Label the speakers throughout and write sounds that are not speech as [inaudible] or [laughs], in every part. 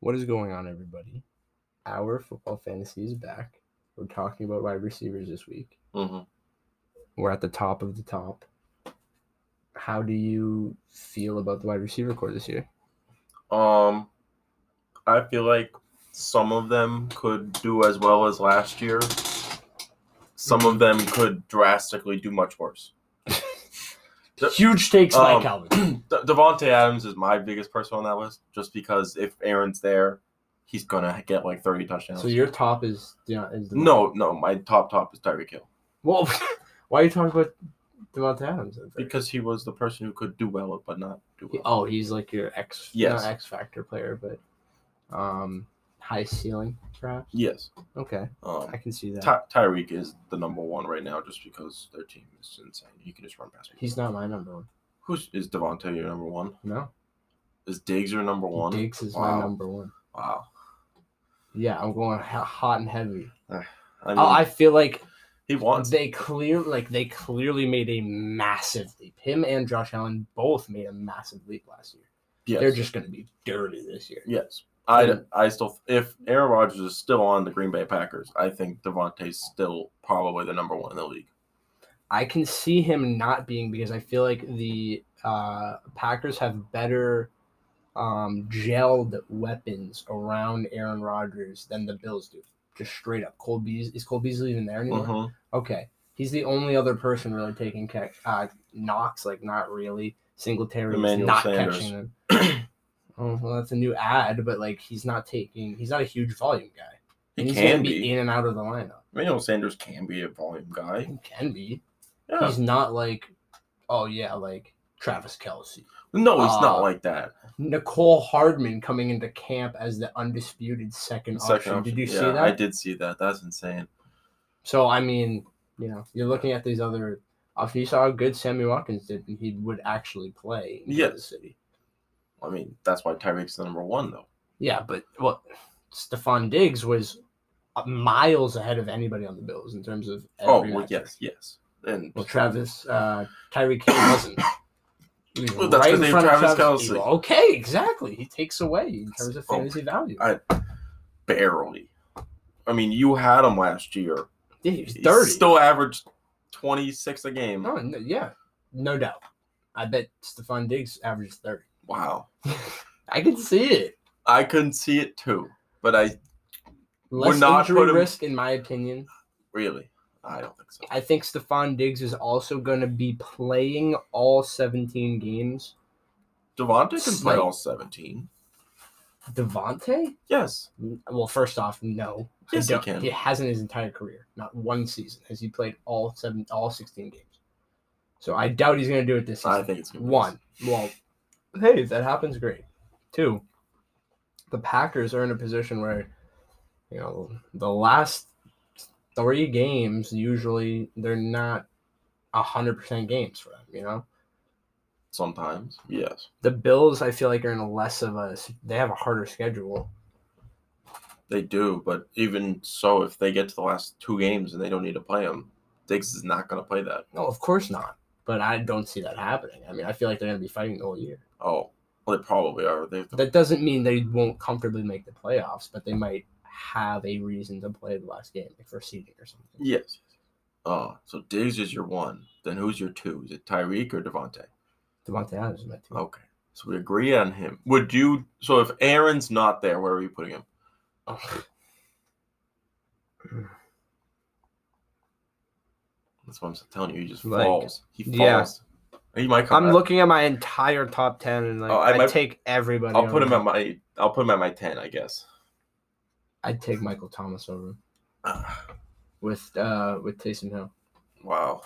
Speaker 1: What is going on, everybody? Our football fantasy is back. We're talking about wide receivers this week.
Speaker 2: Mhm.
Speaker 1: We're at the top of the top. How do you feel about the wide receiver core this year?
Speaker 2: Um, I feel like some of them could do as well as last year. Some of them could drastically do much worse. The-
Speaker 3: [laughs] Huge takes by
Speaker 2: um,
Speaker 3: Calvin.
Speaker 2: [clears throat] De- Devonte Adams is my biggest person on that list, just because if Aaron's there, he's gonna get like thirty touchdowns.
Speaker 1: So your top is Deon- is Devon-
Speaker 2: no, no, my top top is Tyreek Hill
Speaker 1: Well, [laughs] why are you talking about Devontae Adams? then?
Speaker 2: because he was the person who could do well but not do well.
Speaker 1: oh, he's like your X
Speaker 2: Yes.
Speaker 1: not X factor player, but um high ceiling perhaps.
Speaker 2: Yes,
Speaker 1: Okay,
Speaker 2: um,
Speaker 1: I can see that.
Speaker 2: Ty- Tyreek is the number one right now, just because their team is insane. He can just run past people.
Speaker 1: He's not my number one.
Speaker 2: Who's is Devonte your number one?
Speaker 1: No,
Speaker 2: Is Diggs your number one?
Speaker 1: Diggs is
Speaker 2: Wow.
Speaker 1: my number one.
Speaker 2: Wow.
Speaker 1: Yeah, I'm going ho- hot and heavy.
Speaker 2: I mean,
Speaker 1: Oh, I feel like
Speaker 2: he wants.
Speaker 1: they clear like they clearly made a massive leap. Him and Josh Allen both made a massive leap last year.
Speaker 2: yes.
Speaker 1: They're just going to be dirty this year.
Speaker 2: yes. I,
Speaker 1: And-
Speaker 2: I still if Aaron Rodgers is still on the Green Bay Packers, I think Devontae's still probably the number one in the league.
Speaker 1: I can see him not being because I feel like the uh, Packers have better um, gelled weapons around Aaron Rodgers than the Bills do. Just straight up, Cole Beasley is Cole Beasley even there anymore?
Speaker 2: Mhm.
Speaker 1: Okay, he's the only other person really taking catch. Uh, Knox, like not really. Singletary is
Speaker 2: Emmanuel
Speaker 1: not
Speaker 2: Sanders.
Speaker 1: catching them. [clears throat] oh, well, that's a new ad, but like he's not taking. He's not a huge volume guy. And
Speaker 2: He
Speaker 1: he's gonna
Speaker 2: can be.
Speaker 1: in and out of the lineup.
Speaker 2: Emmanuel Sanders can be a volume guy.
Speaker 1: He can be.
Speaker 2: Yeah.
Speaker 1: He's not like, oh yeah, like Travis Kelsey.
Speaker 2: no, he's
Speaker 1: uh,
Speaker 2: not like that.
Speaker 1: Nicole Hardman coming into camp as the undisputed second,
Speaker 2: Second
Speaker 1: option.
Speaker 2: option.
Speaker 1: Did you see
Speaker 2: Yeah,
Speaker 1: that?
Speaker 2: I did see that. That's insane.
Speaker 1: So I mean, you know, you're looking at these other options. You saw how good Sammy Watkins did, and he would actually play in
Speaker 2: Yes.
Speaker 1: the city.
Speaker 2: I mean, that's why Tyreek's the number one though.
Speaker 1: Yeah, but well, Stephon Diggs was uh, miles ahead of anybody on the Bills in terms of
Speaker 2: oh,
Speaker 1: every
Speaker 2: well,
Speaker 1: metric.
Speaker 2: yes, yes. And
Speaker 1: Well, Travis, uh, Tyreek Hill wasn't. He was
Speaker 2: Well, that's 'cause
Speaker 1: in
Speaker 2: they
Speaker 1: front of
Speaker 2: Travis
Speaker 1: Hill.
Speaker 2: Kelce.
Speaker 1: Okay, exactly. He takes away in terms of
Speaker 2: Oh,
Speaker 1: fantasy value.
Speaker 2: I- barely. I mean, you had him last year.
Speaker 1: yeah, he was
Speaker 2: He
Speaker 1: thirty. Oh.
Speaker 2: still averaged twenty six a game.
Speaker 1: No, no, yeah, no doubt. I bet Stephon Diggs averages thirty.
Speaker 2: Wow.
Speaker 1: I can see it.
Speaker 2: I couldn't see it too, but I
Speaker 1: Less
Speaker 2: not
Speaker 1: injury
Speaker 2: putting-
Speaker 1: risk, in my opinion.
Speaker 2: really, I don't think so.
Speaker 1: I think Stephon Diggs is also going to be playing all 17 games.
Speaker 2: Devontae can play
Speaker 1: Slight.
Speaker 2: all 17.
Speaker 1: Devontae?
Speaker 2: Yes.
Speaker 1: Well, first off, no.
Speaker 2: Yes, he
Speaker 1: don't-
Speaker 2: can.
Speaker 1: He hasn't his entire career. Not one season has he played all seven, all 16 games. So I doubt he's going to do it this season.
Speaker 2: I think it's gonna be
Speaker 1: One, well, hey, if that happens, great. Two, the Packers are in a position where, you know, the last three games usually they're not hundred percent games for them. You know,
Speaker 2: Sometimes. Yes.
Speaker 1: the Bills I feel like are in a less of a they have a harder schedule.
Speaker 2: They do, but even so, if they get to the last two games and they don't need to play him, Diggs is not going to play that.
Speaker 1: No, of course not. But I don't see that happening. I mean, I feel like they're going to be fighting the whole year.
Speaker 2: Oh, well, they probably are. They have to-
Speaker 1: That doesn't mean they won't comfortably make the playoffs, but they might have a reason to play the last game, like for seeding or something.
Speaker 2: yes. Oh, so Diggs is your one. Then who's your two? Is it Tyreek or Devontae?
Speaker 1: Devontae Adams is my team.
Speaker 2: Okay. So we agree on him. Would you? So if Aaron's not there, where are you putting him?
Speaker 1: [laughs] Oh.
Speaker 2: That's what I'm telling you. He just
Speaker 1: Like,
Speaker 2: falls. He falls.
Speaker 1: yeah.
Speaker 2: He might come.
Speaker 1: I'm
Speaker 2: back.
Speaker 1: looking at my entire top ten, and like
Speaker 2: Oh, I
Speaker 1: I would
Speaker 2: might-
Speaker 1: take everybody.
Speaker 2: I'll put
Speaker 1: over
Speaker 2: him at my. I'll put him at my ten, I guess.
Speaker 1: I'd take Michael Thomas
Speaker 2: [sighs]
Speaker 1: over
Speaker 2: Ah,
Speaker 1: with uh with Taysom Hill,
Speaker 2: Wow.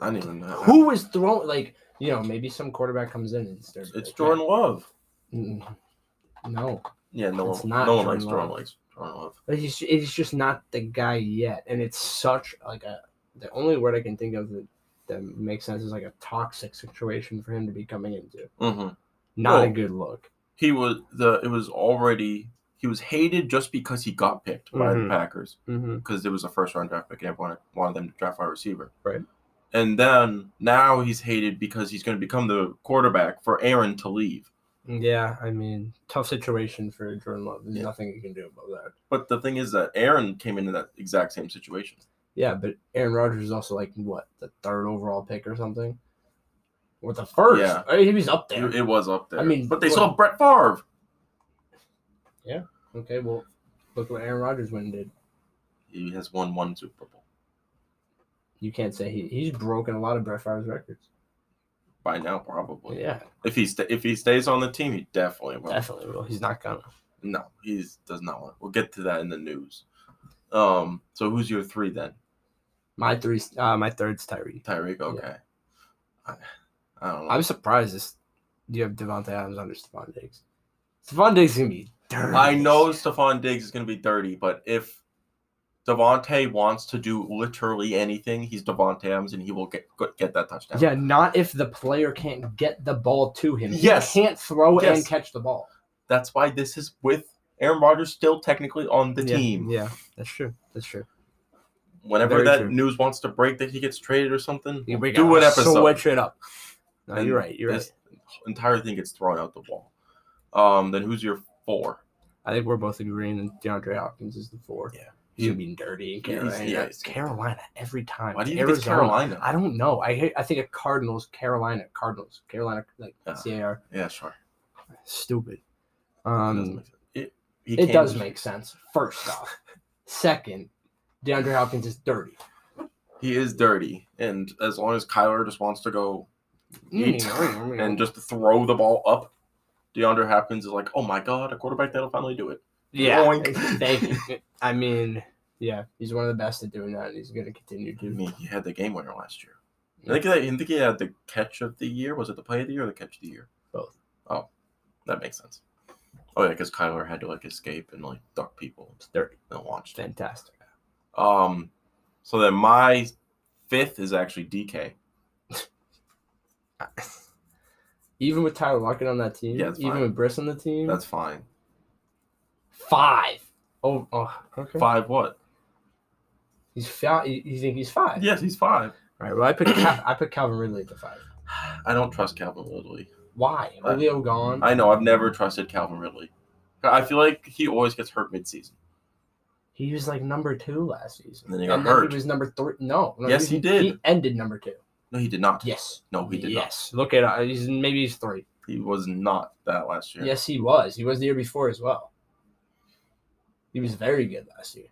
Speaker 2: I don't even know.
Speaker 1: who was thrown like you know maybe some quarterback comes in and starts.
Speaker 2: It's Jordan Love.
Speaker 1: Mm-hmm. No,
Speaker 2: Yeah, no
Speaker 1: It's
Speaker 2: one.
Speaker 1: not
Speaker 2: No one
Speaker 1: Jordan
Speaker 2: likes Jordan.
Speaker 1: Love.
Speaker 2: Likes Jordan Love.
Speaker 1: but he's he's just not the guy yet, and it's such like a the only word I can think of that that makes sense is like a toxic situation for him to be coming into.
Speaker 2: hmm
Speaker 1: Not a
Speaker 2: Well,
Speaker 1: good look.
Speaker 2: He was the. It was already. He was hated just because he got picked by
Speaker 1: Mhm.
Speaker 2: the Packers
Speaker 1: Mm-hmm.
Speaker 2: because it was a first round draft pick and everyone wanted them to draft wide receiver.
Speaker 1: Right.
Speaker 2: And then now he's hated because he's going to become the quarterback for Aaron to leave.
Speaker 1: Yeah, I mean, tough situation for Jordan Love. There's
Speaker 2: Yeah.
Speaker 1: nothing you can do about that.
Speaker 2: But the thing is that Aaron came into that exact same situation.
Speaker 1: Yeah, but Aaron Rodgers is also like what the third overall pick or something, or the first.
Speaker 2: Yeah.
Speaker 1: I mean, he was up there.
Speaker 2: It, it was up there.
Speaker 1: I mean,
Speaker 2: but they
Speaker 1: what-
Speaker 2: saw Brett Favre.
Speaker 1: Okay, well, look what Aaron Rodgers went and did.
Speaker 2: He has won one Super Bowl
Speaker 1: You can't say he, he's broken a lot of Brett Favre's records.
Speaker 2: by now, probably.
Speaker 1: yeah,
Speaker 2: If he sta if he stays on the team, he definitely will.
Speaker 1: definitely will. He's not gonna.
Speaker 2: No, he does not want. We'll get to that in the news. Um. So who's your three then?
Speaker 1: My three, uh, my third's Tyree.
Speaker 2: Tyreek. Okay. I, I don't know.
Speaker 1: I'm surprised this. You have Devontae Adams under Stephon Diggs. Stephon Diggs is gonna be dirty.
Speaker 2: I know Stephon Diggs is going to be dirty, but if Devontae wants to do literally anything, he's Devontae Adams, and he will get get that touchdown.
Speaker 1: Yeah, not if the player can't get the ball to him. He
Speaker 2: Yes.
Speaker 1: can't throw
Speaker 2: Yes.
Speaker 1: and catch the ball.
Speaker 2: That's why this is with Aaron Rodgers still technically on the
Speaker 1: Yeah,
Speaker 2: team.
Speaker 1: Yeah, that's true. That's true.
Speaker 2: Whenever
Speaker 1: Very
Speaker 2: that
Speaker 1: true.
Speaker 2: news wants to break that he gets traded or something,
Speaker 1: Yeah, we
Speaker 2: do
Speaker 1: gotta
Speaker 2: an episode.
Speaker 1: Switch it up. No,
Speaker 2: and
Speaker 1: you're right. You're
Speaker 2: this
Speaker 1: right.
Speaker 2: Entire thing gets thrown out the wall. Um, then who's your four?
Speaker 1: I think we're both agreeing that DeAndre Hopkins is the four.
Speaker 2: Yeah.
Speaker 1: He's gonna be dirty in
Speaker 2: Yeah, he's-
Speaker 1: Carolina.
Speaker 2: yeah, he's-
Speaker 1: Carolina every time.
Speaker 2: Why do you
Speaker 1: It's
Speaker 2: think it's Carolina?
Speaker 1: I don't know. I hate- I think of Cardinals, Carolina, Cardinals, Carolina, like
Speaker 2: Yeah.
Speaker 1: CAR.
Speaker 2: Yeah, sure.
Speaker 1: Stupid.
Speaker 2: It
Speaker 1: Um,
Speaker 2: does make sense. It, he
Speaker 1: it
Speaker 2: came-
Speaker 1: does make sense. First off, second, DeAndre Hopkins is dirty.
Speaker 2: He is dirty, and as long as Kyler just wants to go eat Mm. and just throw the ball up, DeAndre Hopkins is like, oh my god, a quarterback that'll finally do it.
Speaker 1: Yeah.
Speaker 2: Boink.
Speaker 1: Thank you. I mean, yeah, he's one of the best at doing that, and he's going to continue
Speaker 2: I
Speaker 1: to.
Speaker 2: mean, he had the game winner last year. I think, that, I think he had the catch of the year. Was it the play of the year or the catch of the year?
Speaker 1: Both.
Speaker 2: Oh, that makes sense. Oh yeah, because Kyler had to like escape and like duck people
Speaker 1: It's dirty.
Speaker 2: and launched. it.
Speaker 1: Fantastic.
Speaker 2: Um, so then my fifth is actually DK.
Speaker 1: Even with Tyler Lockett on that team,
Speaker 2: Yeah, it's
Speaker 1: even
Speaker 2: fine.
Speaker 1: with Briss on the team,
Speaker 2: That's fine.
Speaker 1: five. Oh, oh, okay.
Speaker 2: Five what?
Speaker 1: He's five. You you think he's five?
Speaker 2: Yes, he's five.
Speaker 1: All right. Well, I put Cal- I put Calvin Ridley at the five.
Speaker 2: I don't trust Calvin Ridley.
Speaker 1: Why?
Speaker 2: I-
Speaker 1: Julio gone.
Speaker 2: Uh, I know I've never trusted Calvin Ridley. I feel like he always gets hurt midseason.
Speaker 1: he was like number two last season.
Speaker 2: And then he got hurt.
Speaker 1: he was number three. No. no,
Speaker 2: Yes, he did.
Speaker 1: He ended number two.
Speaker 2: No, he did not.
Speaker 1: Yes.
Speaker 2: No, he did not.
Speaker 1: yes. Look at uh, he's maybe he's three.
Speaker 2: He was not that last year.
Speaker 1: Yes, he was. He was the year before as well. He was very good last year.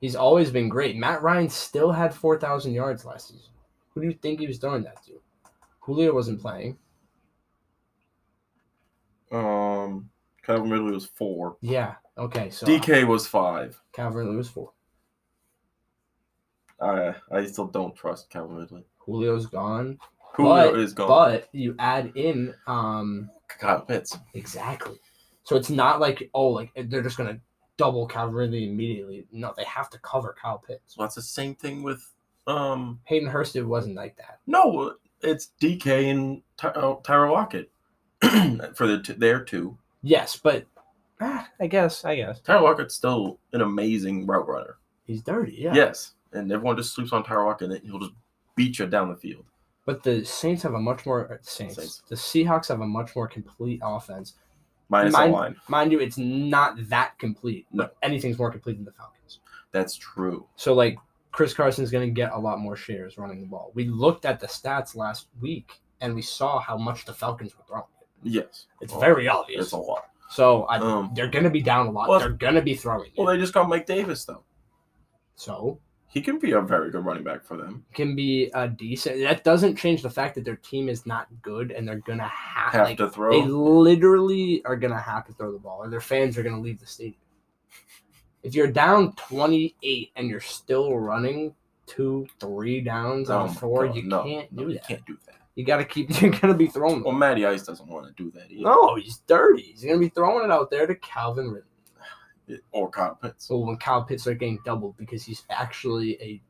Speaker 1: He's always been great. Matt Ryan still had 4,000 yards last season. Who do you think he was throwing that to? Julio wasn't playing.
Speaker 2: Um, Calvin Ridley was four.
Speaker 1: Yeah. Okay. So
Speaker 2: DK was five.
Speaker 1: Calvin Lewis four.
Speaker 2: I I still don't trust Calvin Ridley.
Speaker 1: Julio's gone.
Speaker 2: Julio
Speaker 1: But-
Speaker 2: is gone.
Speaker 1: But you add in um
Speaker 2: Kyle Pitts.
Speaker 1: exactly. So it's not like oh like they're just gonna double Calvin Ridley immediately. No, they have to cover Kyle Pitts.
Speaker 2: So that's the same thing with um.
Speaker 1: Hayden Hurst it wasn't like that.
Speaker 2: No, it's DK and Ty- oh, Tyra Lockett [clears throat] for the t- their two.
Speaker 1: Yes, but Ah, I guess, I guess.
Speaker 2: Tyra Lockett's still an amazing route runner.
Speaker 1: He's dirty, yeah.
Speaker 2: Yes, and everyone just sleeps on Tyra Lockett, and he'll just beat you down the field.
Speaker 1: But the Saints have a much more uh, Saints.
Speaker 2: Saints.
Speaker 1: The Seahawks have a much more complete offense.
Speaker 2: Minus
Speaker 1: Mine-
Speaker 2: a line.
Speaker 1: Mind you, it's not that complete.
Speaker 2: No.
Speaker 1: Like, Anything's more complete than the Falcons.
Speaker 2: That's true.
Speaker 1: So like Chris Carson's gonna get a lot more shares running the ball. We looked at the stats last week and we saw how much the Falcons were throwing. it.
Speaker 2: Yes,
Speaker 1: It's
Speaker 2: Well,
Speaker 1: very obvious.
Speaker 2: it's Oh, a lot.
Speaker 1: so I,
Speaker 2: Um,
Speaker 1: they're gonna be down a lot.
Speaker 2: Well-
Speaker 1: they're gonna be throwing.
Speaker 2: well,
Speaker 1: it.
Speaker 2: they just got Mike Davis though.
Speaker 1: So
Speaker 2: He can be a very good running back for them.
Speaker 1: can be a decent. That doesn't change the fact that their team is not good and they're gonna have,
Speaker 2: Have
Speaker 1: like,
Speaker 2: to
Speaker 1: They
Speaker 2: throw.
Speaker 1: literally are gonna have to throw the ball, or their fans are gonna leave the stadium. If you're down 28 and you're still running two, three downs
Speaker 2: Oh
Speaker 1: out
Speaker 2: my
Speaker 1: of four,
Speaker 2: God,
Speaker 1: you
Speaker 2: no,
Speaker 1: can't
Speaker 2: no,
Speaker 1: do
Speaker 2: You
Speaker 1: that.
Speaker 2: can't Oh do that.
Speaker 1: You gotta keep. [laughs] You're gonna be throwing.
Speaker 2: Well,
Speaker 1: Them.
Speaker 2: Matty Ice doesn't want to do that either.
Speaker 1: No, he's dirty. He's gonna be throwing it out there to Calvin Ridley.
Speaker 2: Or Kyle Pitts.
Speaker 1: So when Kyle Pitts are getting doubled because he's actually a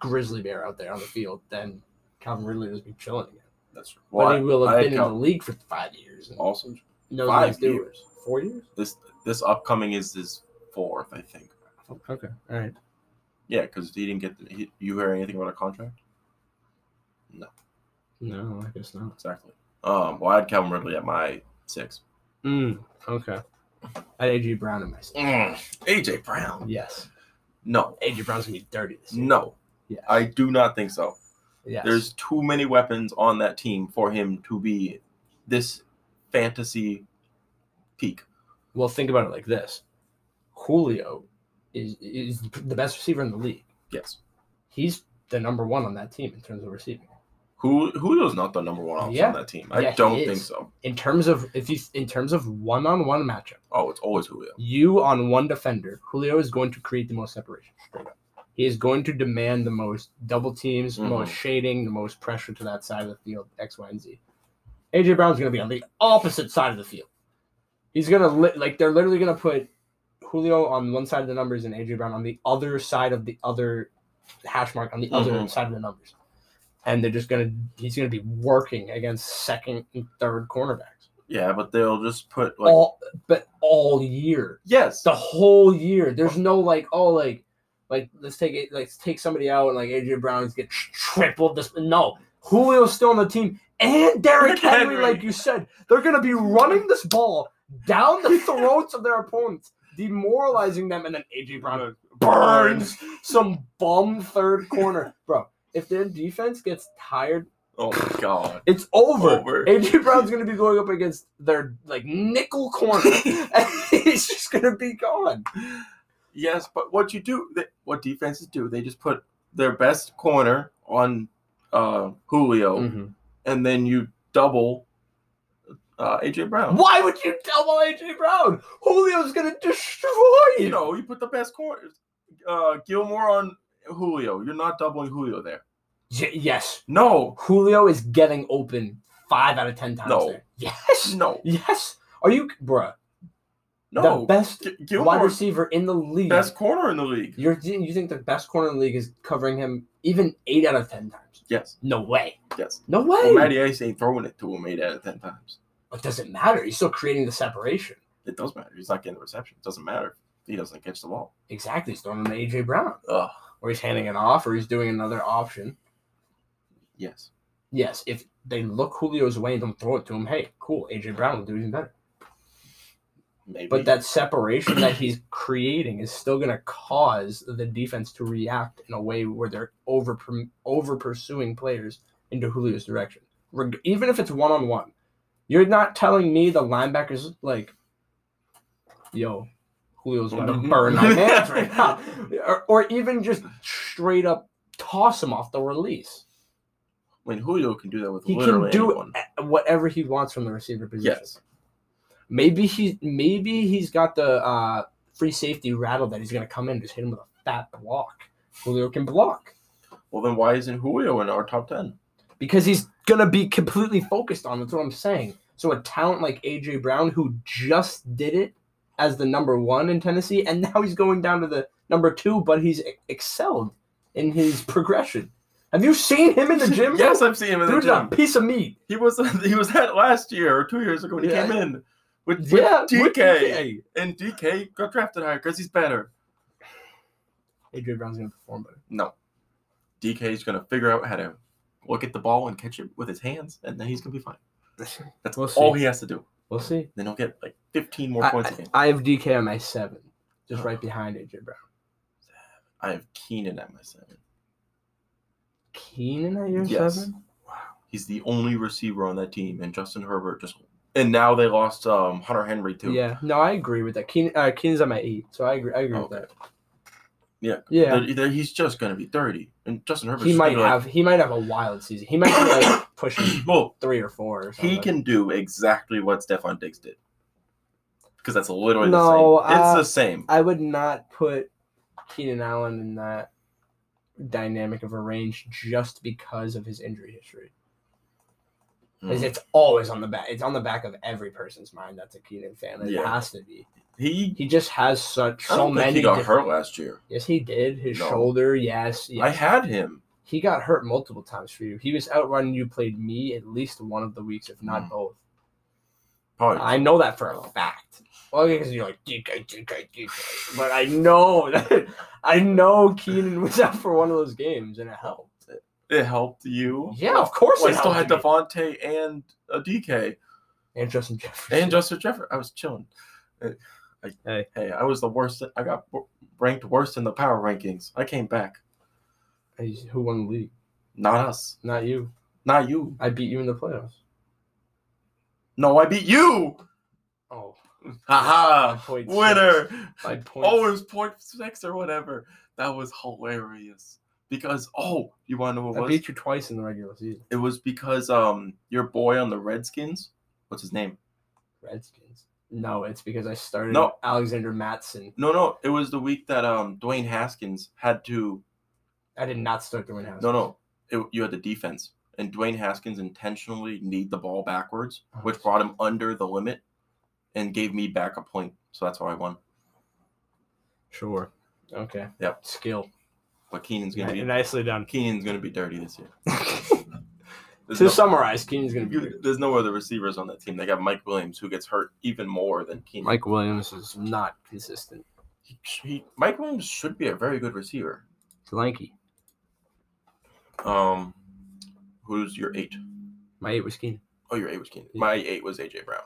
Speaker 1: grizzly bear out there on the field, then Calvin Ridley will just be chilling again.
Speaker 2: That's true.
Speaker 1: But
Speaker 2: Well, I,
Speaker 1: he will have
Speaker 2: I
Speaker 1: been in
Speaker 2: count-
Speaker 1: the league for five years. And
Speaker 2: also
Speaker 1: knows
Speaker 2: five
Speaker 1: what he's doing.
Speaker 2: years.
Speaker 1: Four years.
Speaker 2: this this upcoming is his fourth, I think.
Speaker 1: Okay. All right.
Speaker 2: Yeah, because he didn't get. The, he, you hear anything about a contract?
Speaker 1: No, I guess not.
Speaker 2: Exactly. Um, well, I had Calvin Ridley at my six.
Speaker 1: Mm, okay. At AJ Brown in my six.
Speaker 2: Mm, AJ Brown.
Speaker 1: Yes.
Speaker 2: No,
Speaker 1: AJ Brown's gonna be dirty this year.
Speaker 2: no,
Speaker 1: Yes.
Speaker 2: I do not think so.
Speaker 1: yes.
Speaker 2: There's too many weapons on that team for him to be this fantasy peak.
Speaker 1: well think about it like this. Julio is is the best receiver in the league.
Speaker 2: Yes.
Speaker 1: He's the number one on that team in terms of receiving.
Speaker 2: Who Julio's not the number one option
Speaker 1: Yeah.
Speaker 2: on that team. I
Speaker 1: Yeah, he
Speaker 2: don't
Speaker 1: is.
Speaker 2: think so.
Speaker 1: In terms of if you in terms of one on one matchup,
Speaker 2: Oh, it's always Julio.
Speaker 1: you on one defender, Julio is going to create the most separation. Straight up. He is going to demand the most double teams, the most shading, the most pressure to that side of the field, X, Y, and Z. AJ Brown's going to be on the opposite side of the field. He's going to, li- like, they're literally going to put Julio on one side of the numbers and AJ Brown on the other side of the other hash mark on the other
Speaker 2: Mhm.
Speaker 1: side of the numbers. And they're just going to, he's going to be working against second and third cornerbacks.
Speaker 2: Yeah, but they'll just put like
Speaker 1: all, but all year
Speaker 2: yes,
Speaker 1: the whole year. There's no like, oh, like, like let's take it, let's take somebody out and like AJ Brown's get tripled. This no, Julio's still on the team and Derrick [laughs] Henry,
Speaker 2: Henry.
Speaker 1: like you said, they're gonna be running this ball down [laughs] the throats of their opponents, demoralizing them, and then AJ Brown burns some bum third [laughs] corner, bro. If their defense gets tired,
Speaker 2: Oh my god.
Speaker 1: it's over.
Speaker 2: Over.
Speaker 1: AJ Brown's gonna be going up against their like nickel [laughs] corner, and he's just gonna be gone.
Speaker 2: Yes, but what you do, th- what defenses do, they just put their best corner on uh, Julio,
Speaker 1: Mm-hmm.
Speaker 2: and then you double uh, AJ
Speaker 1: [laughs]
Speaker 2: Brown.
Speaker 1: Why would you double AJ Brown? Julio's gonna destroy you.
Speaker 2: You know, you put the best corner, uh, Gilmore on Julio. You're not doubling Julio there.
Speaker 1: Y- yes,
Speaker 2: No,
Speaker 1: Julio is getting open five out of ten times.
Speaker 2: No.
Speaker 1: there. Yes.
Speaker 2: no,
Speaker 1: Yes. Are you, bruh? The
Speaker 2: no.
Speaker 1: best
Speaker 2: G-
Speaker 1: wide
Speaker 2: Gilmore's
Speaker 1: receiver in the league.
Speaker 2: best corner in the league.
Speaker 1: You're, you think the best corner in the league is covering him even eight out of ten times?
Speaker 2: Yes,
Speaker 1: No way.
Speaker 2: yes.
Speaker 1: No
Speaker 2: Well,
Speaker 1: way.
Speaker 2: Matty Ice ain't throwing it to him eight out of ten times.
Speaker 1: it doesn't matter. He's still creating the separation.
Speaker 2: It does matter. He's not getting the reception. It doesn't matter. He doesn't catch the ball.
Speaker 1: Exactly. He's throwing him to AJ Brown,
Speaker 2: Ugh.
Speaker 1: or he's handing it off, or he's doing another option.
Speaker 2: Yes.
Speaker 1: Yes, if they look Julio's way and don't throw it to him, hey, cool, AJ Brown will do even better.
Speaker 2: Maybe.
Speaker 1: But that separation that he's creating is still going to cause the defense to react in a way where they're over over pursuing players into Julio's direction. Reg- even if it's one on one, you're not telling me the linebackers like, yo, Julio's going to
Speaker 2: Mhm.
Speaker 1: burn my man right now, or, or even just straight up toss him off the release.
Speaker 2: when Julio can do that with
Speaker 1: He
Speaker 2: literally
Speaker 1: can do
Speaker 2: anyone.
Speaker 1: a- whatever he wants from the receiver position.
Speaker 2: Yes.
Speaker 1: Maybe he maybe he's got the uh, free safety rattle that he's gonna come in and just hit him with a fat block. Julio can block
Speaker 2: Well, then why isn't Julio in our top ten?
Speaker 1: because he's gonna be completely focused on. That's what I'm saying. So a talent like AJ Brown, who just did it as the number one in Tennessee, and now he's going down to the number two, but he's e- excelled in his progression. Have you seen him in the gym?
Speaker 2: [laughs] yes, I've seen him in the
Speaker 1: dude's a
Speaker 2: gym.
Speaker 1: piece of meat.
Speaker 2: He was [laughs] he was that last year or two years ago when he
Speaker 1: Yeah.
Speaker 2: came in with, with
Speaker 1: Yeah,
Speaker 2: DK,
Speaker 1: with DK.
Speaker 2: and DK got drafted higher because he's better.
Speaker 1: AJ Brown's gonna perform better.
Speaker 2: No, DK's gonna figure out how to look at the ball and catch it with his hands, and then he's gonna be fine. That's
Speaker 1: We'll
Speaker 2: all
Speaker 1: see.
Speaker 2: he has to do.
Speaker 1: We'll see.
Speaker 2: Then he'll get like 15 more
Speaker 1: I,
Speaker 2: points a
Speaker 1: I-
Speaker 2: game.
Speaker 1: I have DK on my seven, just right behind AJ Brown.
Speaker 2: I have Keenan at my seven.
Speaker 1: Keenan at your
Speaker 2: Yes.
Speaker 1: seven?
Speaker 2: He's the only receiver on that team, and Justin Herbert just. And now they lost um, Hunter Henry too.
Speaker 1: Yeah. No, I agree with that. Keenan, uh, Keenan's on my eight, so I agree. I agree
Speaker 2: Okay.
Speaker 1: with that.
Speaker 2: Yeah.
Speaker 1: Yeah.
Speaker 2: They're- they're- he's just going to be dirty. And Justin Herbert.
Speaker 1: he might have. he might have a wild season. He might be like pushing
Speaker 2: well,
Speaker 1: three or four. Or
Speaker 2: he
Speaker 1: something.
Speaker 2: can do exactly what Stefan Diggs did. Because that's literally
Speaker 1: No,
Speaker 2: the
Speaker 1: uh,
Speaker 2: same. it's the same.
Speaker 1: I would not put Keenan Allen in that dynamic of a range just because of his injury history. Because
Speaker 2: Mm.
Speaker 1: it's always on the back. It's on the back of every person's mind. That's a Keenan fan. It
Speaker 2: Yeah.
Speaker 1: has to be.
Speaker 2: He,
Speaker 1: He just has such
Speaker 2: I
Speaker 1: so
Speaker 2: don't think
Speaker 1: many.
Speaker 2: he got
Speaker 1: different-
Speaker 2: hurt last year.
Speaker 1: Yes, he did. His
Speaker 2: No.
Speaker 1: shoulder, yes.
Speaker 2: I
Speaker 1: yes.
Speaker 2: had him.
Speaker 1: he got hurt multiple times for you. He was out running. You played me at least one of the weeks, if not
Speaker 2: Mm.
Speaker 1: both.
Speaker 2: Probably.
Speaker 1: I know that for a fact. Well, because you're like DK, DK, DK, [laughs] but I know that I know Keenan was out for one of those games, and it helped.
Speaker 2: It helped you.
Speaker 1: Yeah, of course.
Speaker 2: Well, I
Speaker 1: it
Speaker 2: still had
Speaker 1: helped me.
Speaker 2: Devontae and a DK
Speaker 1: and Justin Jefferson.
Speaker 2: and Justin Jefferson. I was chilling. Uh, I,
Speaker 1: Hey.
Speaker 2: hey, I was the worst. I got w- ranked worst in the power rankings. I came back.
Speaker 1: Hey, who won the league?
Speaker 2: Not us.
Speaker 1: Not you.
Speaker 2: Not you.
Speaker 1: I beat you in the playoffs.
Speaker 2: No, I beat you.
Speaker 1: Oh,
Speaker 2: Haha.
Speaker 1: Point six.
Speaker 2: Winner.
Speaker 1: by points.
Speaker 2: Oh, it was point six or whatever. That was hilarious. Because oh, you want to know what it
Speaker 1: I
Speaker 2: was?
Speaker 1: beat you twice in the regular season.
Speaker 2: It was because um your boy on the Redskins. What's his name?
Speaker 1: Redskins. No, it's because I started
Speaker 2: No.
Speaker 1: Alexander Matson.
Speaker 2: No, no. It was the week that um Dwayne Haskins had to
Speaker 1: I did not start the win house.
Speaker 2: No, no. It, you had the defense, and Dwayne Haskins intentionally kneed the ball backwards,
Speaker 1: Oh,
Speaker 2: which brought him under the limit, and gave me back a point. So that's how I won.
Speaker 1: Sure. Okay.
Speaker 2: Yep.
Speaker 1: Skill.
Speaker 2: But Keenan's gonna
Speaker 1: Ni-
Speaker 2: be
Speaker 1: Nicely done.
Speaker 2: Keenan's gonna be dirty this year. There's
Speaker 1: to
Speaker 2: no,
Speaker 1: summarize, Keenan's going to be
Speaker 2: you- there's no other receivers on that team. They got Mike Williams, who gets hurt even more than Keenan.
Speaker 1: Mike Williams is not consistent.
Speaker 2: He- he- Mike Williams should be a very good receiver.
Speaker 1: He's lanky.
Speaker 2: Um, who's your eight?
Speaker 1: My eight was Keenan.
Speaker 2: Oh, your eight was Keenan.
Speaker 1: Yeah.
Speaker 2: My eight was AJ Brown.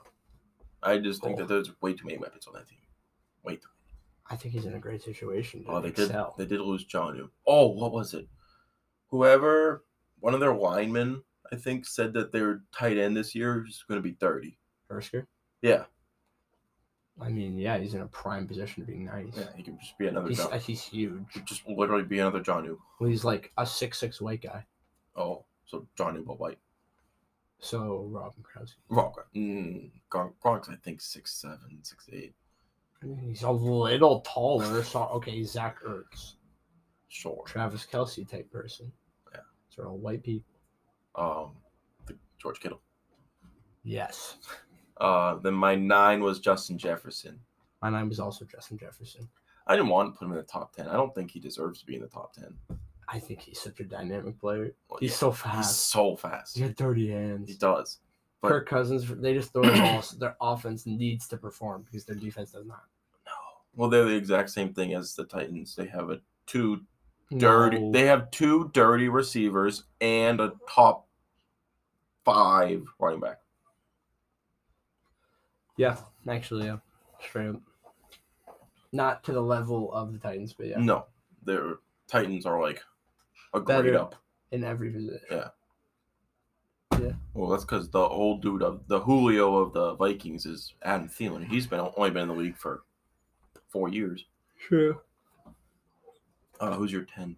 Speaker 2: I just think
Speaker 1: Oh.
Speaker 2: that there's way too many weapons on that team. Way too.
Speaker 1: I think he's in a great situation. To
Speaker 2: Oh, they did.
Speaker 1: excel.
Speaker 2: They did lose Johnu. Oh, what was it? Whoever, one of their linemen, I think, said that their tight end this year is going to be thirty.
Speaker 1: Hursker.
Speaker 2: Yeah,
Speaker 1: I mean, yeah, he's in a prime position to be nice.
Speaker 2: yeah, he could just be another
Speaker 1: He's,
Speaker 2: John.
Speaker 1: uh, he's huge.
Speaker 2: could just literally be another Johnu.
Speaker 1: Well, he's like a six six white guy.
Speaker 2: Oh, so Johnu but white.
Speaker 1: So Rob Gronkowski.
Speaker 2: Wrong. Mm, Gron- Gronk's I think six seven, six eight.
Speaker 1: I mean, he's a little taller. So okay, Zach Ertz,
Speaker 2: Sure.
Speaker 1: Travis Kelsey type person.
Speaker 2: Yeah.
Speaker 1: These are all white people.
Speaker 2: Um, the George Kittle.
Speaker 1: Yes.
Speaker 2: Uh, then my nine was Justin Jefferson.
Speaker 1: My name is also Justin Jefferson.
Speaker 2: I didn't want to put him in the top ten. I don't think he deserves to be in the top ten.
Speaker 1: I think he's such a dynamic player.
Speaker 2: Well,
Speaker 1: He's
Speaker 2: yeah,
Speaker 1: so
Speaker 2: he's
Speaker 1: fast.
Speaker 2: so fast.
Speaker 1: He's got dirty
Speaker 2: He
Speaker 1: hands.
Speaker 2: does. but-
Speaker 1: Kirk Cousins, they just throw the [clears throat] ball. So their offense needs to perform because their defense does not.
Speaker 2: Well, they're the exact same thing as the Titans. They have a two dirty.
Speaker 1: No.
Speaker 2: They have two dirty receivers and a top five running back.
Speaker 1: Yeah, actually, yeah. Straight up. Not to the level of the Titans, but yeah.
Speaker 2: No, their Titans are like a grade
Speaker 1: Better.
Speaker 2: up.
Speaker 1: In every position.
Speaker 2: Well, that's because the old dude of the Julio of the Vikings is Adam Thielen. He's been only been in the league for four years.
Speaker 1: True.
Speaker 2: Uh, who's your ten?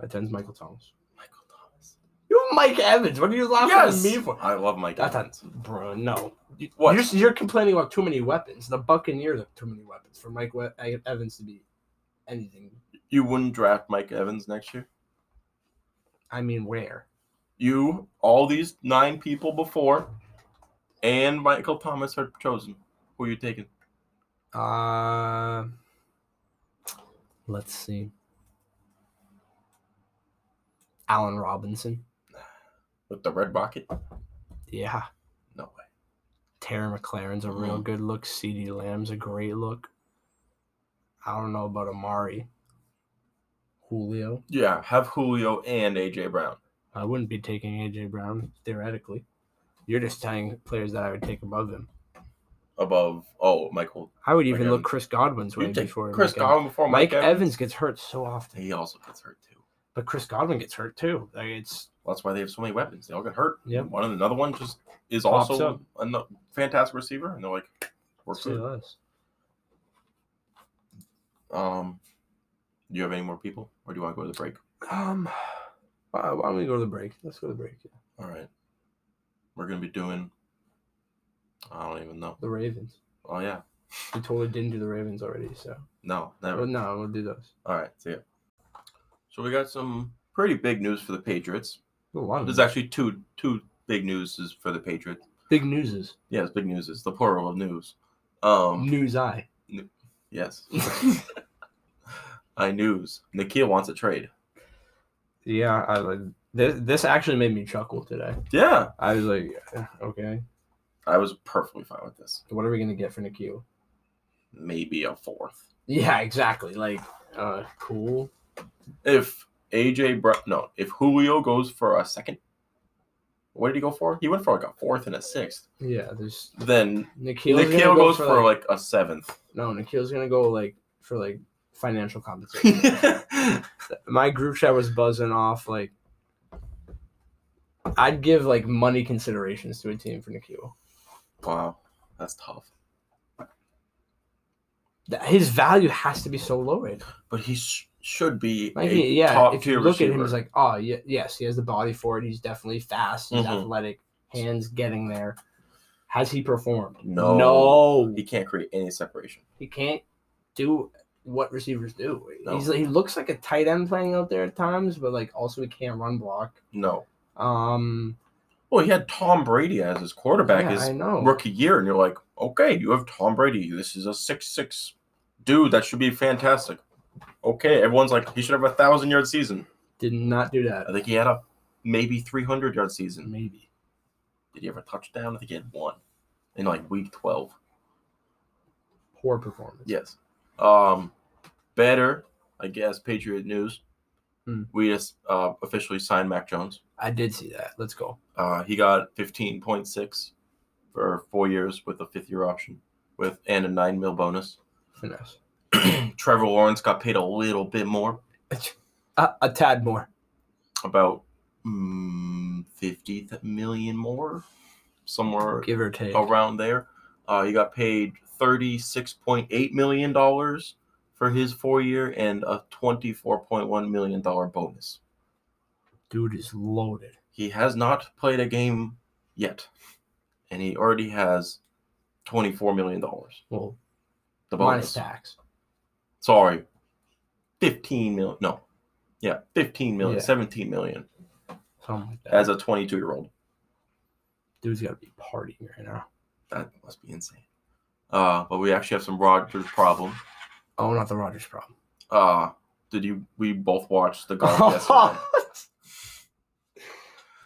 Speaker 1: My 10's Michael Thomas.
Speaker 2: Michael Thomas.
Speaker 1: You Mike Evans. What are you laughing at me for?
Speaker 2: I love Mike
Speaker 1: That's
Speaker 2: Evans.
Speaker 1: not, bro. No, You-
Speaker 2: What?
Speaker 1: You're, you're complaining about too many weapons. The Buccaneers have too many weapons for Mike we- Evans to be anything.
Speaker 2: You wouldn't draft Mike Evans next year.
Speaker 1: I mean, where?
Speaker 2: you, all these nine people before, and Michael Thomas are chosen. Who are you taking?
Speaker 1: Uh, let's see. Allen Robinson.
Speaker 2: With the red rocket?
Speaker 1: Yeah.
Speaker 2: No way.
Speaker 1: Terry McLaren's a real
Speaker 2: Mhm.
Speaker 1: good look. CeeDee Lamb's a great look. I don't know about Amari. Julio.
Speaker 2: Yeah, have Julio and AJ Brown.
Speaker 1: I wouldn't be taking AJ Brown theoretically. You're just telling players that I would take above him.
Speaker 2: Above oh Michael.
Speaker 1: I would even
Speaker 2: Mike
Speaker 1: look
Speaker 2: Evans.
Speaker 1: Chris Godwin's way
Speaker 2: um, You take
Speaker 1: before
Speaker 2: Chris
Speaker 1: Mike Evans.
Speaker 2: Godwin before
Speaker 1: Mike
Speaker 2: Mike,
Speaker 1: Evans. gets hurt so often,
Speaker 2: He also gets hurt too.
Speaker 1: but Chris Godwin gets hurt too. Like it's
Speaker 2: That's why they have so many weapons. They all get hurt.
Speaker 1: Yep.
Speaker 2: One and another one just is
Speaker 1: Pops
Speaker 2: also a fantastic receiver, and they're like, we're
Speaker 1: it's to
Speaker 2: good.
Speaker 1: us.
Speaker 2: Um, do you have any more people, or do you want to go to the break?
Speaker 1: Um, why, why don't we go to the break? Let's go to the break.
Speaker 2: All right, we're gonna be doing. I don't even know.
Speaker 1: The Ravens.
Speaker 2: Oh yeah,
Speaker 1: We totally didn't do the Ravens already, so
Speaker 2: no, never.
Speaker 1: but no, we'll do those.
Speaker 2: All right, see ya. So we got some pretty big news for the Patriots.
Speaker 1: A lot of
Speaker 2: There's
Speaker 1: them.
Speaker 2: actually two two big news is for the Patriots.
Speaker 1: big newses.
Speaker 2: Yes, big news is the plural of news. Um,
Speaker 1: News eye.
Speaker 2: yes. [laughs] I news. Nikhil wants a trade.
Speaker 1: Yeah, I like this. This actually made me chuckle today.
Speaker 2: Yeah,
Speaker 1: I was like, okay,
Speaker 2: I was perfectly fine with this.
Speaker 1: what are we gonna get for Nikhil?
Speaker 2: Maybe a fourth.
Speaker 1: Yeah, exactly. Like, uh, cool.
Speaker 2: If AJ Brown. No, if Julio goes for a second, what did he go for? He went for like a fourth and a sixth.
Speaker 1: Yeah, there's
Speaker 2: Then
Speaker 1: Nikhil.
Speaker 2: Nikhil goes for, like, a
Speaker 1: [laughs]
Speaker 2: seventh.
Speaker 1: no. Nikhil's gonna go like for like financial
Speaker 2: [laughs]
Speaker 1: compensation. My group chat was buzzing off like. I'd give like money considerations to a team for Nikhil.
Speaker 2: wow, that's tough.
Speaker 1: That- His value has to be so low right now.
Speaker 2: But he sh- should be
Speaker 1: Like,
Speaker 2: a
Speaker 1: he- yeah,
Speaker 2: top
Speaker 1: if
Speaker 2: tier
Speaker 1: you look
Speaker 2: receiver.
Speaker 1: at him, it's like, oh, yeah, yes, he has the body for it. He's definitely fast. He's
Speaker 2: Mhm.
Speaker 1: athletic. Hands getting there. Has he performed?
Speaker 2: No.
Speaker 1: No.
Speaker 2: he can't create any separation.
Speaker 1: He can't do what receivers do.
Speaker 2: No.
Speaker 1: He's, he looks like a tight end playing out there at times, but like also he can't run block.
Speaker 2: No.
Speaker 1: Um,
Speaker 2: Well, he had Tom Brady as his quarterback
Speaker 1: yeah,
Speaker 2: his
Speaker 1: I know.
Speaker 2: rookie year, and you're like, okay, you have Tom Brady. This is a six six dude that should be fantastic. Okay, everyone's like, he should have a thousand yard season.
Speaker 1: Did not do that.
Speaker 2: I think he had a maybe three hundred yard season.
Speaker 1: Maybe.
Speaker 2: Did he have a touchdown? I think he had one in like week twelve.
Speaker 1: Poor performance.
Speaker 2: Yes. Um, better, I guess. Patriot news.
Speaker 1: Hmm.
Speaker 2: We just uh, officially signed Mac Jones.
Speaker 1: I did see that. Let's go.
Speaker 2: Uh, he got fifteen point six for four years with a fifth year option, with and a nine mil bonus.
Speaker 1: Finesse.
Speaker 2: Trevor Lawrence got paid a little bit more,
Speaker 1: A, a tad more.
Speaker 2: about mm, 50 th- million more, somewhere
Speaker 1: Give or take.
Speaker 2: around there. Uh, he got paid 36.8 million dollars for his four year and a 24.1 million dollar bonus.
Speaker 1: Dude is loaded.
Speaker 2: He has not played a game yet, and he already has 24 million dollars.
Speaker 1: Well,
Speaker 2: The
Speaker 1: minus
Speaker 2: bonus.
Speaker 1: tax.
Speaker 2: Sorry, 15 million. No, yeah, 15 million,
Speaker 1: Yeah.
Speaker 2: 17 million
Speaker 1: Something like that.
Speaker 2: as a 22 year old.
Speaker 1: Dude's got to be partying right now.
Speaker 2: That must be insane. Uh, but we actually have some Rodgers problem.
Speaker 1: Oh, not the Rogers problem.
Speaker 2: Uh, did you? We both watched
Speaker 1: [laughs]
Speaker 2: the golf yesterday.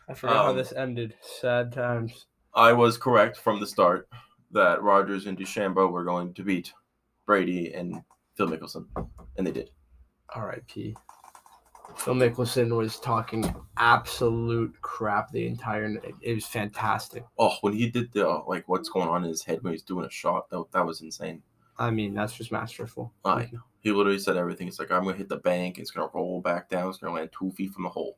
Speaker 1: I forgot how
Speaker 2: Um,
Speaker 1: this ended. Sad times.
Speaker 2: I was correct from the start that Rodgers and DeChambeau were going to beat Brady and Phil Mickelson, and they did.
Speaker 1: R.I.P. Phil Mickelson was talking absolute crap the entire night. It was fantastic.
Speaker 2: Oh, when he did the uh, like, what's going on in his head when he's doing a shot? That that was insane.
Speaker 1: I mean, that's just masterful.
Speaker 2: I know. He literally said everything. It's like I'm gonna hit the bank. It's gonna roll back down. It's gonna land two feet from the hole.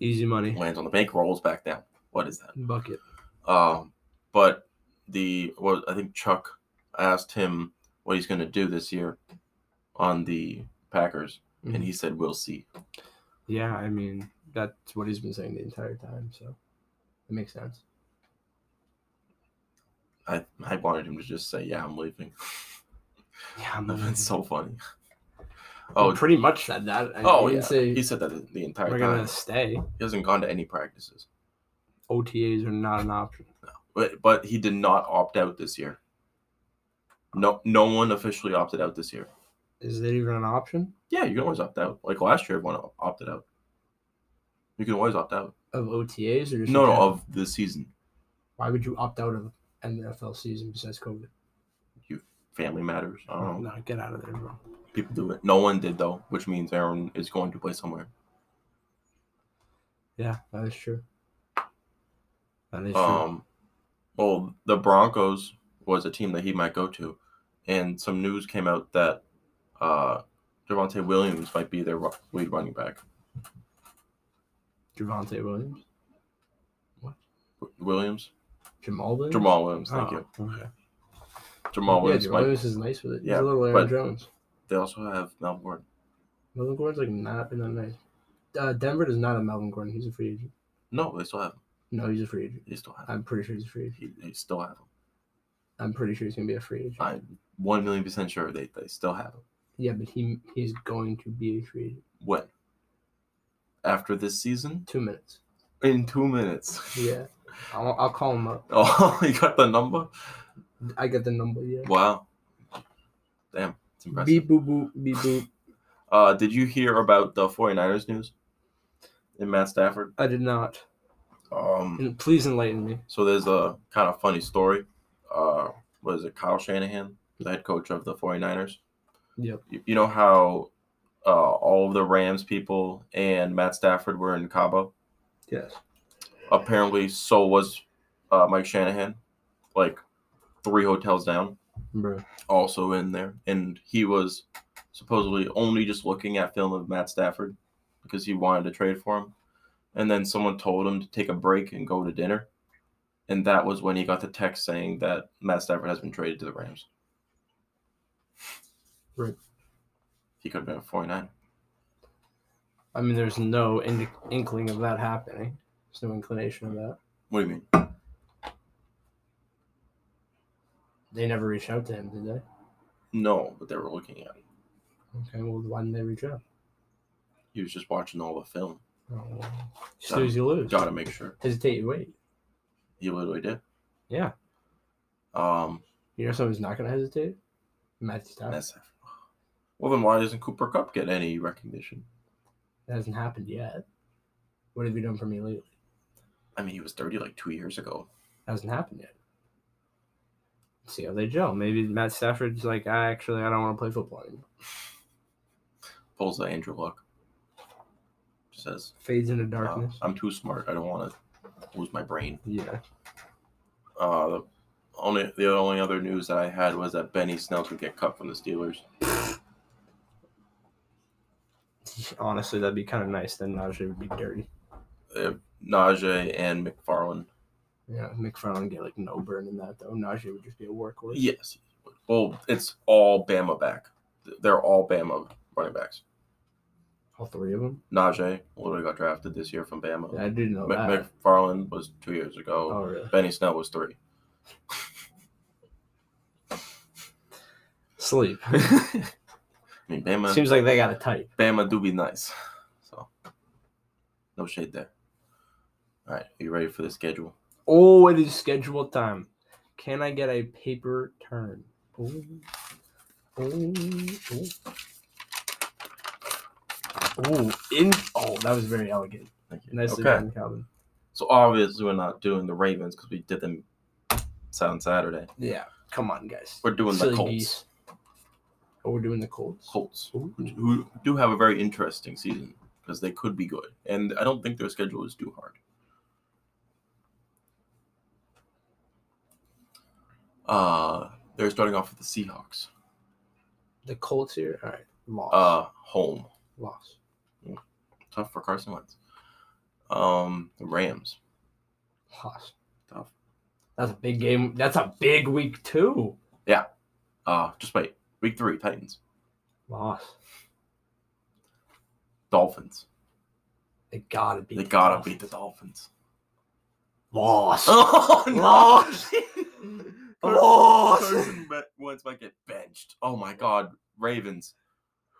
Speaker 1: Easy money.
Speaker 2: Lands on the bank. Rolls back down. What is that?
Speaker 1: Bucket.
Speaker 2: Um, but the well, I think Chuck asked him what he's going to do this year on the Packers, and
Speaker 1: Mhm.
Speaker 2: he said, "We'll see."
Speaker 1: Yeah, I mean, that's what he's been saying the entire time, so it makes sense.
Speaker 2: I I wanted him to just say, "Yeah, I'm leaving." [laughs]
Speaker 1: Yeah, I'm
Speaker 2: That's
Speaker 1: he
Speaker 2: so funny. Oh,
Speaker 1: pretty much said that. I
Speaker 2: oh
Speaker 1: didn't
Speaker 2: yeah,
Speaker 1: say
Speaker 2: he said that the entire
Speaker 1: we're
Speaker 2: time.
Speaker 1: gonna stay.
Speaker 2: He hasn't gone to any practices,
Speaker 1: OTAs are not an option.
Speaker 2: but but he did not opt out this year. No, no one officially opted out this year.
Speaker 1: Is it even an option
Speaker 2: Yeah, you can always opt out. Like last year, everyone opted out. You can always opt out.
Speaker 1: of OTAs or just in
Speaker 2: No, no,
Speaker 1: general?
Speaker 2: of the season.
Speaker 1: Why would you opt out of NFL season besides COVID?
Speaker 2: family matters. I don't know.
Speaker 1: No, get out of there, bro.
Speaker 2: People do it. No one did though, which means Aaron is going to play somewhere.
Speaker 1: Yeah, that is true. That is
Speaker 2: Um, well, the Broncos was a team that he might go to, and some news came out that uh, Javante Williams might be their ru- lead running back.
Speaker 1: true. Javante Williams,
Speaker 2: W- Williams,
Speaker 1: Jamal Williams,
Speaker 2: Jamal Williams. Thank you,
Speaker 1: Oh, okay.
Speaker 2: Jamal
Speaker 1: yeah,
Speaker 2: Williams.
Speaker 1: Jamal
Speaker 2: might,
Speaker 1: Williams is nice with it. He's
Speaker 2: Yeah,
Speaker 1: a little Aaron
Speaker 2: but-
Speaker 1: Jones.
Speaker 2: They also have Mel Gordon.
Speaker 1: Melvin Gordon's like not been that nice. Uh, Denver does not have Melvin Gordon. He's a free agent.
Speaker 2: No, they still have. Him.
Speaker 1: No, he's a free agent.
Speaker 2: They still have. Him.
Speaker 1: I'm pretty sure he's a free agent.
Speaker 2: He, they still have him.
Speaker 1: I'm pretty sure he's gonna be a free agent.
Speaker 2: I'm one million percent sure they, they still have him.
Speaker 1: Yeah, but he he's going to be a free agent.
Speaker 2: When? After this season?
Speaker 1: Two minutes.
Speaker 2: In two minutes.
Speaker 1: Yeah, I'll, I'll call him up.
Speaker 2: [laughs] Oh, [laughs] you got the number?
Speaker 1: I get the number. Yeah.
Speaker 2: Wow. Damn, it's impressive.
Speaker 1: Beep boop boop beep boop.
Speaker 2: Uh, did you hear about the 49ers news? In Matt Stafford?
Speaker 1: I did not.
Speaker 2: Um,
Speaker 1: And Please enlighten me.
Speaker 2: so there's a kind of funny story. Uh, what is it? Kyle Shanahan, the head coach of the 49ers.
Speaker 1: Yep.
Speaker 2: You, you know how uh, all of the Rams people and Matt Stafford were in Cabo.
Speaker 1: Yes.
Speaker 2: Apparently, so was uh, Mike Shanahan, like three hotels down,
Speaker 1: Bro.
Speaker 2: also in there, and he was supposedly only just looking at film of Matt Stafford because he wanted to trade for him. And then someone told him to take a break and go to dinner. And that was when he got the text saying that Matt Stafford has been traded to the Rams.
Speaker 1: Right.
Speaker 2: He could have been a 49.
Speaker 1: I mean, there's no indi- inkling of that happening. There's no inclination of that.
Speaker 2: What do you mean?
Speaker 1: They never reached out to him, did they?
Speaker 2: No, but they were looking at it.
Speaker 1: Okay, well, why didn't they reach out?
Speaker 2: He was just watching all the film.
Speaker 1: Oh, well. Snooze, you lose.
Speaker 2: Got to make sure.
Speaker 1: Hesitate, you wait.
Speaker 2: He literally did.
Speaker 1: Yeah.
Speaker 2: Um,
Speaker 1: You know someone's not going to hesitate? Matthew Stafford.
Speaker 2: that's well. Then why doesn't Cooper Cup get any recognition?
Speaker 1: That hasn't happened yet. What have you done for me lately?
Speaker 2: I mean, he was dirty like two years ago.
Speaker 1: hasn't happened yet. See how they gel. Maybe Matt Stafford's like, I actually I don't want to play football anymore.
Speaker 2: Pulls the Andrew Luck. Says,
Speaker 1: Fades into
Speaker 2: uh,
Speaker 1: darkness.
Speaker 2: I'm too smart. I don't want to lose my brain.
Speaker 1: yeah.
Speaker 2: Uh, the only the only other news that I had was that Benny Snell could get cut from the Steelers.
Speaker 1: Honestly, that'd be kind of nice. Then Najee would be dirty.
Speaker 2: If Najee and McFarland.
Speaker 1: Yeah, McFarland get like no burn in that though. Najee would just be a workhorse.
Speaker 2: Yes. Well, it's all Bama back. They're all Bama running backs.
Speaker 1: All three of them.
Speaker 2: Najee literally got drafted this year from Bama.
Speaker 1: Yeah, I did know
Speaker 2: Mc-
Speaker 1: that.
Speaker 2: McFarland was two years ago.
Speaker 1: oh really?
Speaker 2: Benny Snell was three.
Speaker 1: Sleep. [laughs]
Speaker 2: I mean, Bama,
Speaker 1: Seems like they got a type.
Speaker 2: Bama do be nice. So, no shade there. All right, are you ready for the schedule?
Speaker 1: Oh, it is scheduled time. Can I get a paper turn? Oh, Ooh. Ooh. Ooh. Ooh, in oh, that was very elegant.
Speaker 2: Thank you.
Speaker 1: Nicely
Speaker 2: okay.
Speaker 1: done, Calvin.
Speaker 2: So obviously we're not doing the Ravens because we did them on Saturday.
Speaker 1: Yeah, come on, guys.
Speaker 2: We're doing
Speaker 1: Silly
Speaker 2: the Colts.
Speaker 1: geese. Oh, we're doing the Colts.
Speaker 2: Colts,
Speaker 1: Ooh.
Speaker 2: who do have a very interesting season because they could be good, and I don't think their schedule is too hard. Uh, they're starting off with the Seahawks.
Speaker 1: The Colts here. All right, loss.
Speaker 2: Uh, home.
Speaker 1: loss.
Speaker 2: Tough for Carson Wentz. Um, the Rams.
Speaker 1: Loss.
Speaker 2: Tough.
Speaker 1: That's a big game. That's a big week too.
Speaker 2: Uh, just wait. Week three, Titans.
Speaker 1: Loss.
Speaker 2: Dolphins.
Speaker 1: They gotta beat.
Speaker 2: they
Speaker 1: the
Speaker 2: gotta
Speaker 1: Dolphins.
Speaker 2: beat the Dolphins.
Speaker 1: Loss.
Speaker 2: [laughs] Oh,
Speaker 1: [laughs] Loss. Loss.
Speaker 2: Carson Wentz might get benched. Oh my God, Ravens.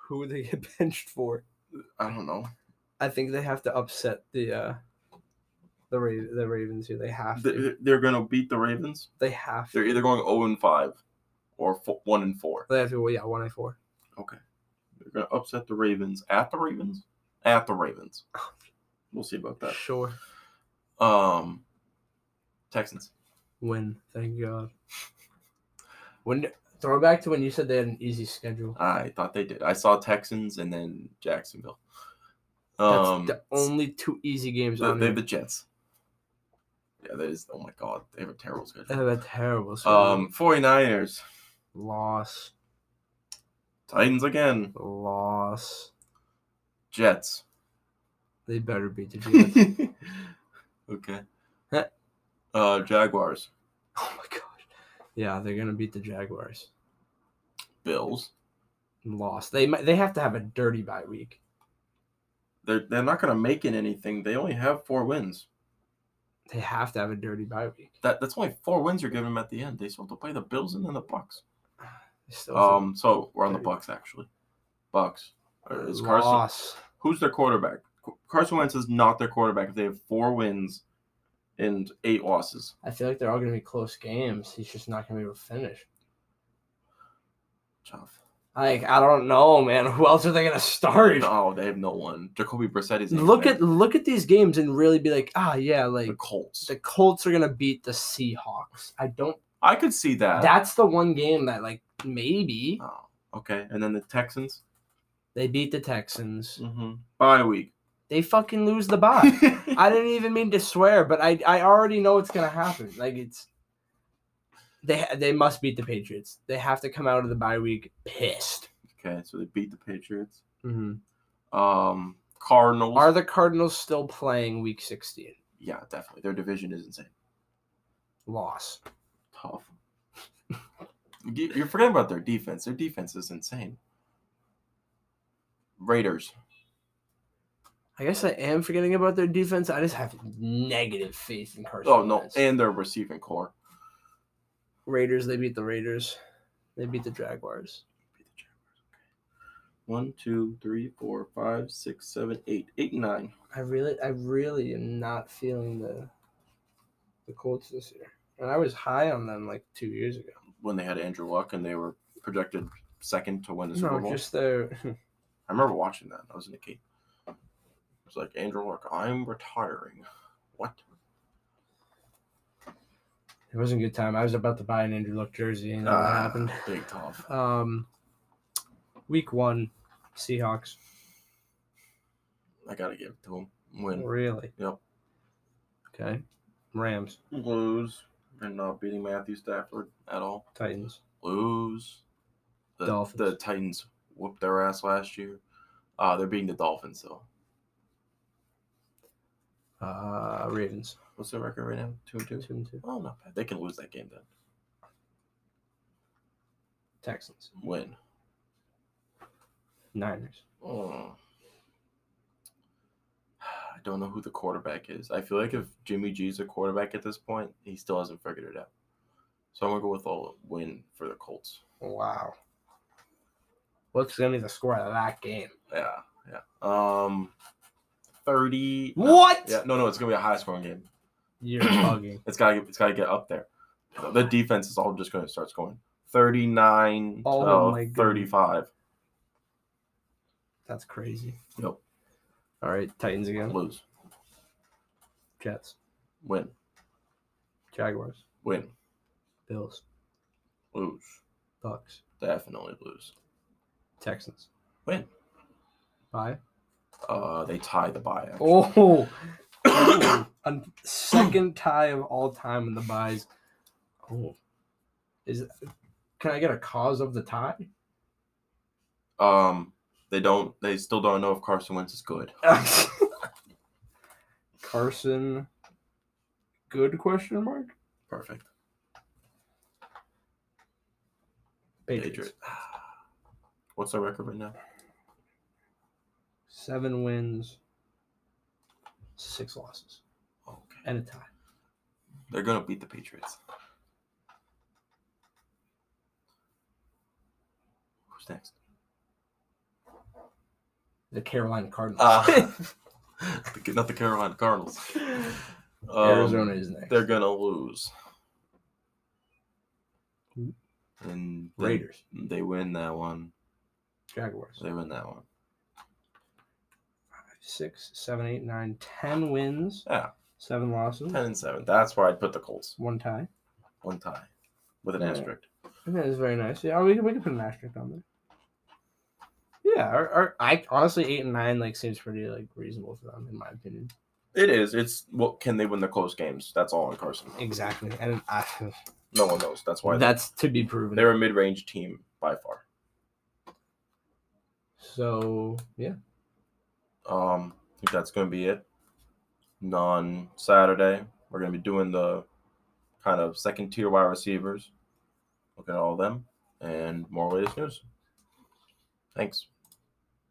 Speaker 1: Who would they get benched for?
Speaker 2: I don't know.
Speaker 1: I think they have to upset the uh the Ra- the Ravens here. They have to.
Speaker 2: They- They're going to beat the Ravens.
Speaker 1: They have
Speaker 2: They're
Speaker 1: to.
Speaker 2: either going 0 and 5 or fo- 1 and 4.
Speaker 1: They have to. Well, yeah, one and four.
Speaker 2: They're going to upset the Ravens at the Ravens. At
Speaker 1: [laughs]
Speaker 2: the Ravens. We'll see about that.
Speaker 1: Sure.
Speaker 2: Um, Texans.
Speaker 1: Win. Thank God. When throwback to when you said they had an easy schedule.
Speaker 2: I thought they did. I saw Texans and then Jacksonville.
Speaker 1: That's
Speaker 2: Um,
Speaker 1: the only two easy games
Speaker 2: they-
Speaker 1: on
Speaker 2: they
Speaker 1: there.
Speaker 2: have the Jets. Yeah, that is. Oh my God, they have a terrible
Speaker 1: They
Speaker 2: schedule.
Speaker 1: have a terrible schedule.
Speaker 2: Um, 49ers.
Speaker 1: loss,
Speaker 2: Titans again.
Speaker 1: loss.
Speaker 2: Jets.
Speaker 1: They better beat
Speaker 2: [laughs]
Speaker 1: the Jets.
Speaker 2: okay. Uh, Jaguars.
Speaker 1: oh my gosh. Yeah, they're gonna beat the Jaguars.
Speaker 2: Bills.
Speaker 1: Loss. They might. They have to have a dirty bye week.
Speaker 2: they're they're not going to make it anything. They only have four wins.
Speaker 1: They have to have a dirty bye week.
Speaker 2: That that's only four wins you're giving them at the end. They still have to play the Bills and then the Bucks.
Speaker 1: They still have
Speaker 2: Um, so we're on the
Speaker 1: There you
Speaker 2: Bucks actually. Bucks.
Speaker 1: a
Speaker 2: Or Is Carson?
Speaker 1: loss.
Speaker 2: Who's their quarterback? Qu- Carson Wentz is not their quarterback. If they have four wins and eight losses,
Speaker 1: I feel like they're all gonna be close games. He's just not gonna be able to finish.
Speaker 2: tough.
Speaker 1: Like I don't know, man. [laughs] Who else are they gonna start?
Speaker 2: No, Oh, they have no one. Jacoby Brissett is not
Speaker 1: Look
Speaker 2: there.
Speaker 1: at look at these games and really be like, ah, yeah, like
Speaker 2: the Colts.
Speaker 1: the Colts are gonna beat the Seahawks. I don't.
Speaker 2: I could see that.
Speaker 1: That's the one game that like maybe
Speaker 2: Oh, okay, and then the Texans.
Speaker 1: They beat the Texans.
Speaker 2: Mm-hmm. Bye week.
Speaker 1: They fucking lose the
Speaker 2: [laughs]
Speaker 1: bye. I didn't even mean to swear, but I I already know it's gonna happen. Like it's they ha- they must beat the Patriots. They have to come out of the bye week pissed.
Speaker 2: okay, so they beat the Patriots.
Speaker 1: Mm-hmm.
Speaker 2: Um, Cardinals.
Speaker 1: Are the Cardinals still playing Week 16?
Speaker 2: yeah, definitely. Their division is insane.
Speaker 1: Loss.
Speaker 2: Tough. [laughs] You- You're forgetting about their defense. Their defense is insane. Raiders.
Speaker 1: I guess I am forgetting about their defense. I just have negative faith in Carson.
Speaker 2: Oh no,
Speaker 1: Wentz.
Speaker 2: and their receiving core.
Speaker 1: Raiders. They beat the Raiders. They beat the Jaguars.
Speaker 2: One, two, three, four, five, six, seven, eight, eight, nine.
Speaker 1: I really, I really am not feeling the the Colts this year. And I was high on them like two years ago.
Speaker 2: When they had Andrew Luck and they were projected second to win the Super
Speaker 1: No,
Speaker 2: Bowl.
Speaker 1: just their
Speaker 2: I remember watching that. I was in the cave. It's like Andrew Luck. I'm retiring. What?
Speaker 1: It wasn't a good time. I was about to buy an Andrew Luck jersey, and that
Speaker 2: Ah,
Speaker 1: happened.
Speaker 2: Big tough.
Speaker 1: Um, week one, Seahawks.
Speaker 2: I gotta give it to him. Win,
Speaker 1: Really?
Speaker 2: Yep.
Speaker 1: Okay. Rams,
Speaker 2: lose, and not beating Matthew Stafford at all.
Speaker 1: Titans.
Speaker 2: Lose. The,
Speaker 1: Dolphins.
Speaker 2: The Titans whooped their ass last year. Uh, they're beating the Dolphins though.
Speaker 1: Uh, Ravens.
Speaker 2: What's their record right now? Two and two.
Speaker 1: Two and two.
Speaker 2: Oh, not bad. They can lose that game then.
Speaker 1: Texans.
Speaker 2: Win.
Speaker 1: Niners.
Speaker 2: Oh. [sighs] I don't know who the quarterback is. I feel like if Jimmy G's a quarterback at this point, he still hasn't figured it out. So I'm gonna go with a win for the Colts.
Speaker 1: Wow. What's gonna be the score of that game?
Speaker 2: Yeah, yeah. Um, thirty. no.
Speaker 1: What?
Speaker 2: Yeah, no, no. It's gonna be a high scoring game. [clears throat]
Speaker 1: You're bugging.
Speaker 2: It's gotta, it's gotta get up there. The defense is all just gonna start scoring. Thirty-nine
Speaker 1: Oh my
Speaker 2: to
Speaker 1: goodness.
Speaker 2: thirty-five.
Speaker 1: That's crazy.
Speaker 2: Yep.
Speaker 1: All right, Titans again.
Speaker 2: Lose,
Speaker 1: Jets.
Speaker 2: win,
Speaker 1: Jaguars.
Speaker 2: win,
Speaker 1: Bills.
Speaker 2: lose.
Speaker 1: Bucks.
Speaker 2: Definitely lose.
Speaker 1: Texans.
Speaker 2: Win.
Speaker 1: Bye.
Speaker 2: Uh, they tie the bye. actually.
Speaker 1: Oh, [coughs] a second tie of all time in the buys. Oh, is can I get a cause of the tie? [laughs]
Speaker 2: Um, they don't. They still don't know if Carson Wentz is good.
Speaker 1: Carson, good question mark.
Speaker 2: Perfect.
Speaker 1: Patriots
Speaker 2: Patriot. What's their record right now?
Speaker 1: seven wins, six losses,
Speaker 2: Okay.
Speaker 1: and a tie.
Speaker 2: They're gonna beat the Patriots. Who's next?
Speaker 1: The Carolina Cardinals. [laughs]
Speaker 2: Uh, the- [laughs] not the Carolina Cardinals. Um,
Speaker 1: Arizona is next.
Speaker 2: They're gonna lose.
Speaker 1: Who?
Speaker 2: And then
Speaker 1: Raiders,
Speaker 2: They win that one.
Speaker 1: Jaguars.
Speaker 2: They win that one.
Speaker 1: Six, seven, eight, nine, ten wins.
Speaker 2: Yeah.
Speaker 1: Seven losses.
Speaker 2: Ten and seven. That's where I'd put the Colts.
Speaker 1: One tie.
Speaker 2: One tie, with an
Speaker 1: Yeah.
Speaker 2: asterisk.
Speaker 1: I think that's very nice. Yeah, we can, we can put an asterisk on there. Yeah, our, our, I honestly eight and nine like seems pretty like reasonable for them in my opinion.
Speaker 2: It is. It's what can they win the close games? That's all on Carson.
Speaker 1: Exactly, and I,
Speaker 2: No one knows. That's why
Speaker 1: that's to be proven.
Speaker 2: they're a mid-range team by far.
Speaker 1: So yeah,
Speaker 2: Um, I think that's going to be it. Non Saturday, we're going to be doing the kind of second-tier wide receivers. Look at all of them and more latest news. Thanks.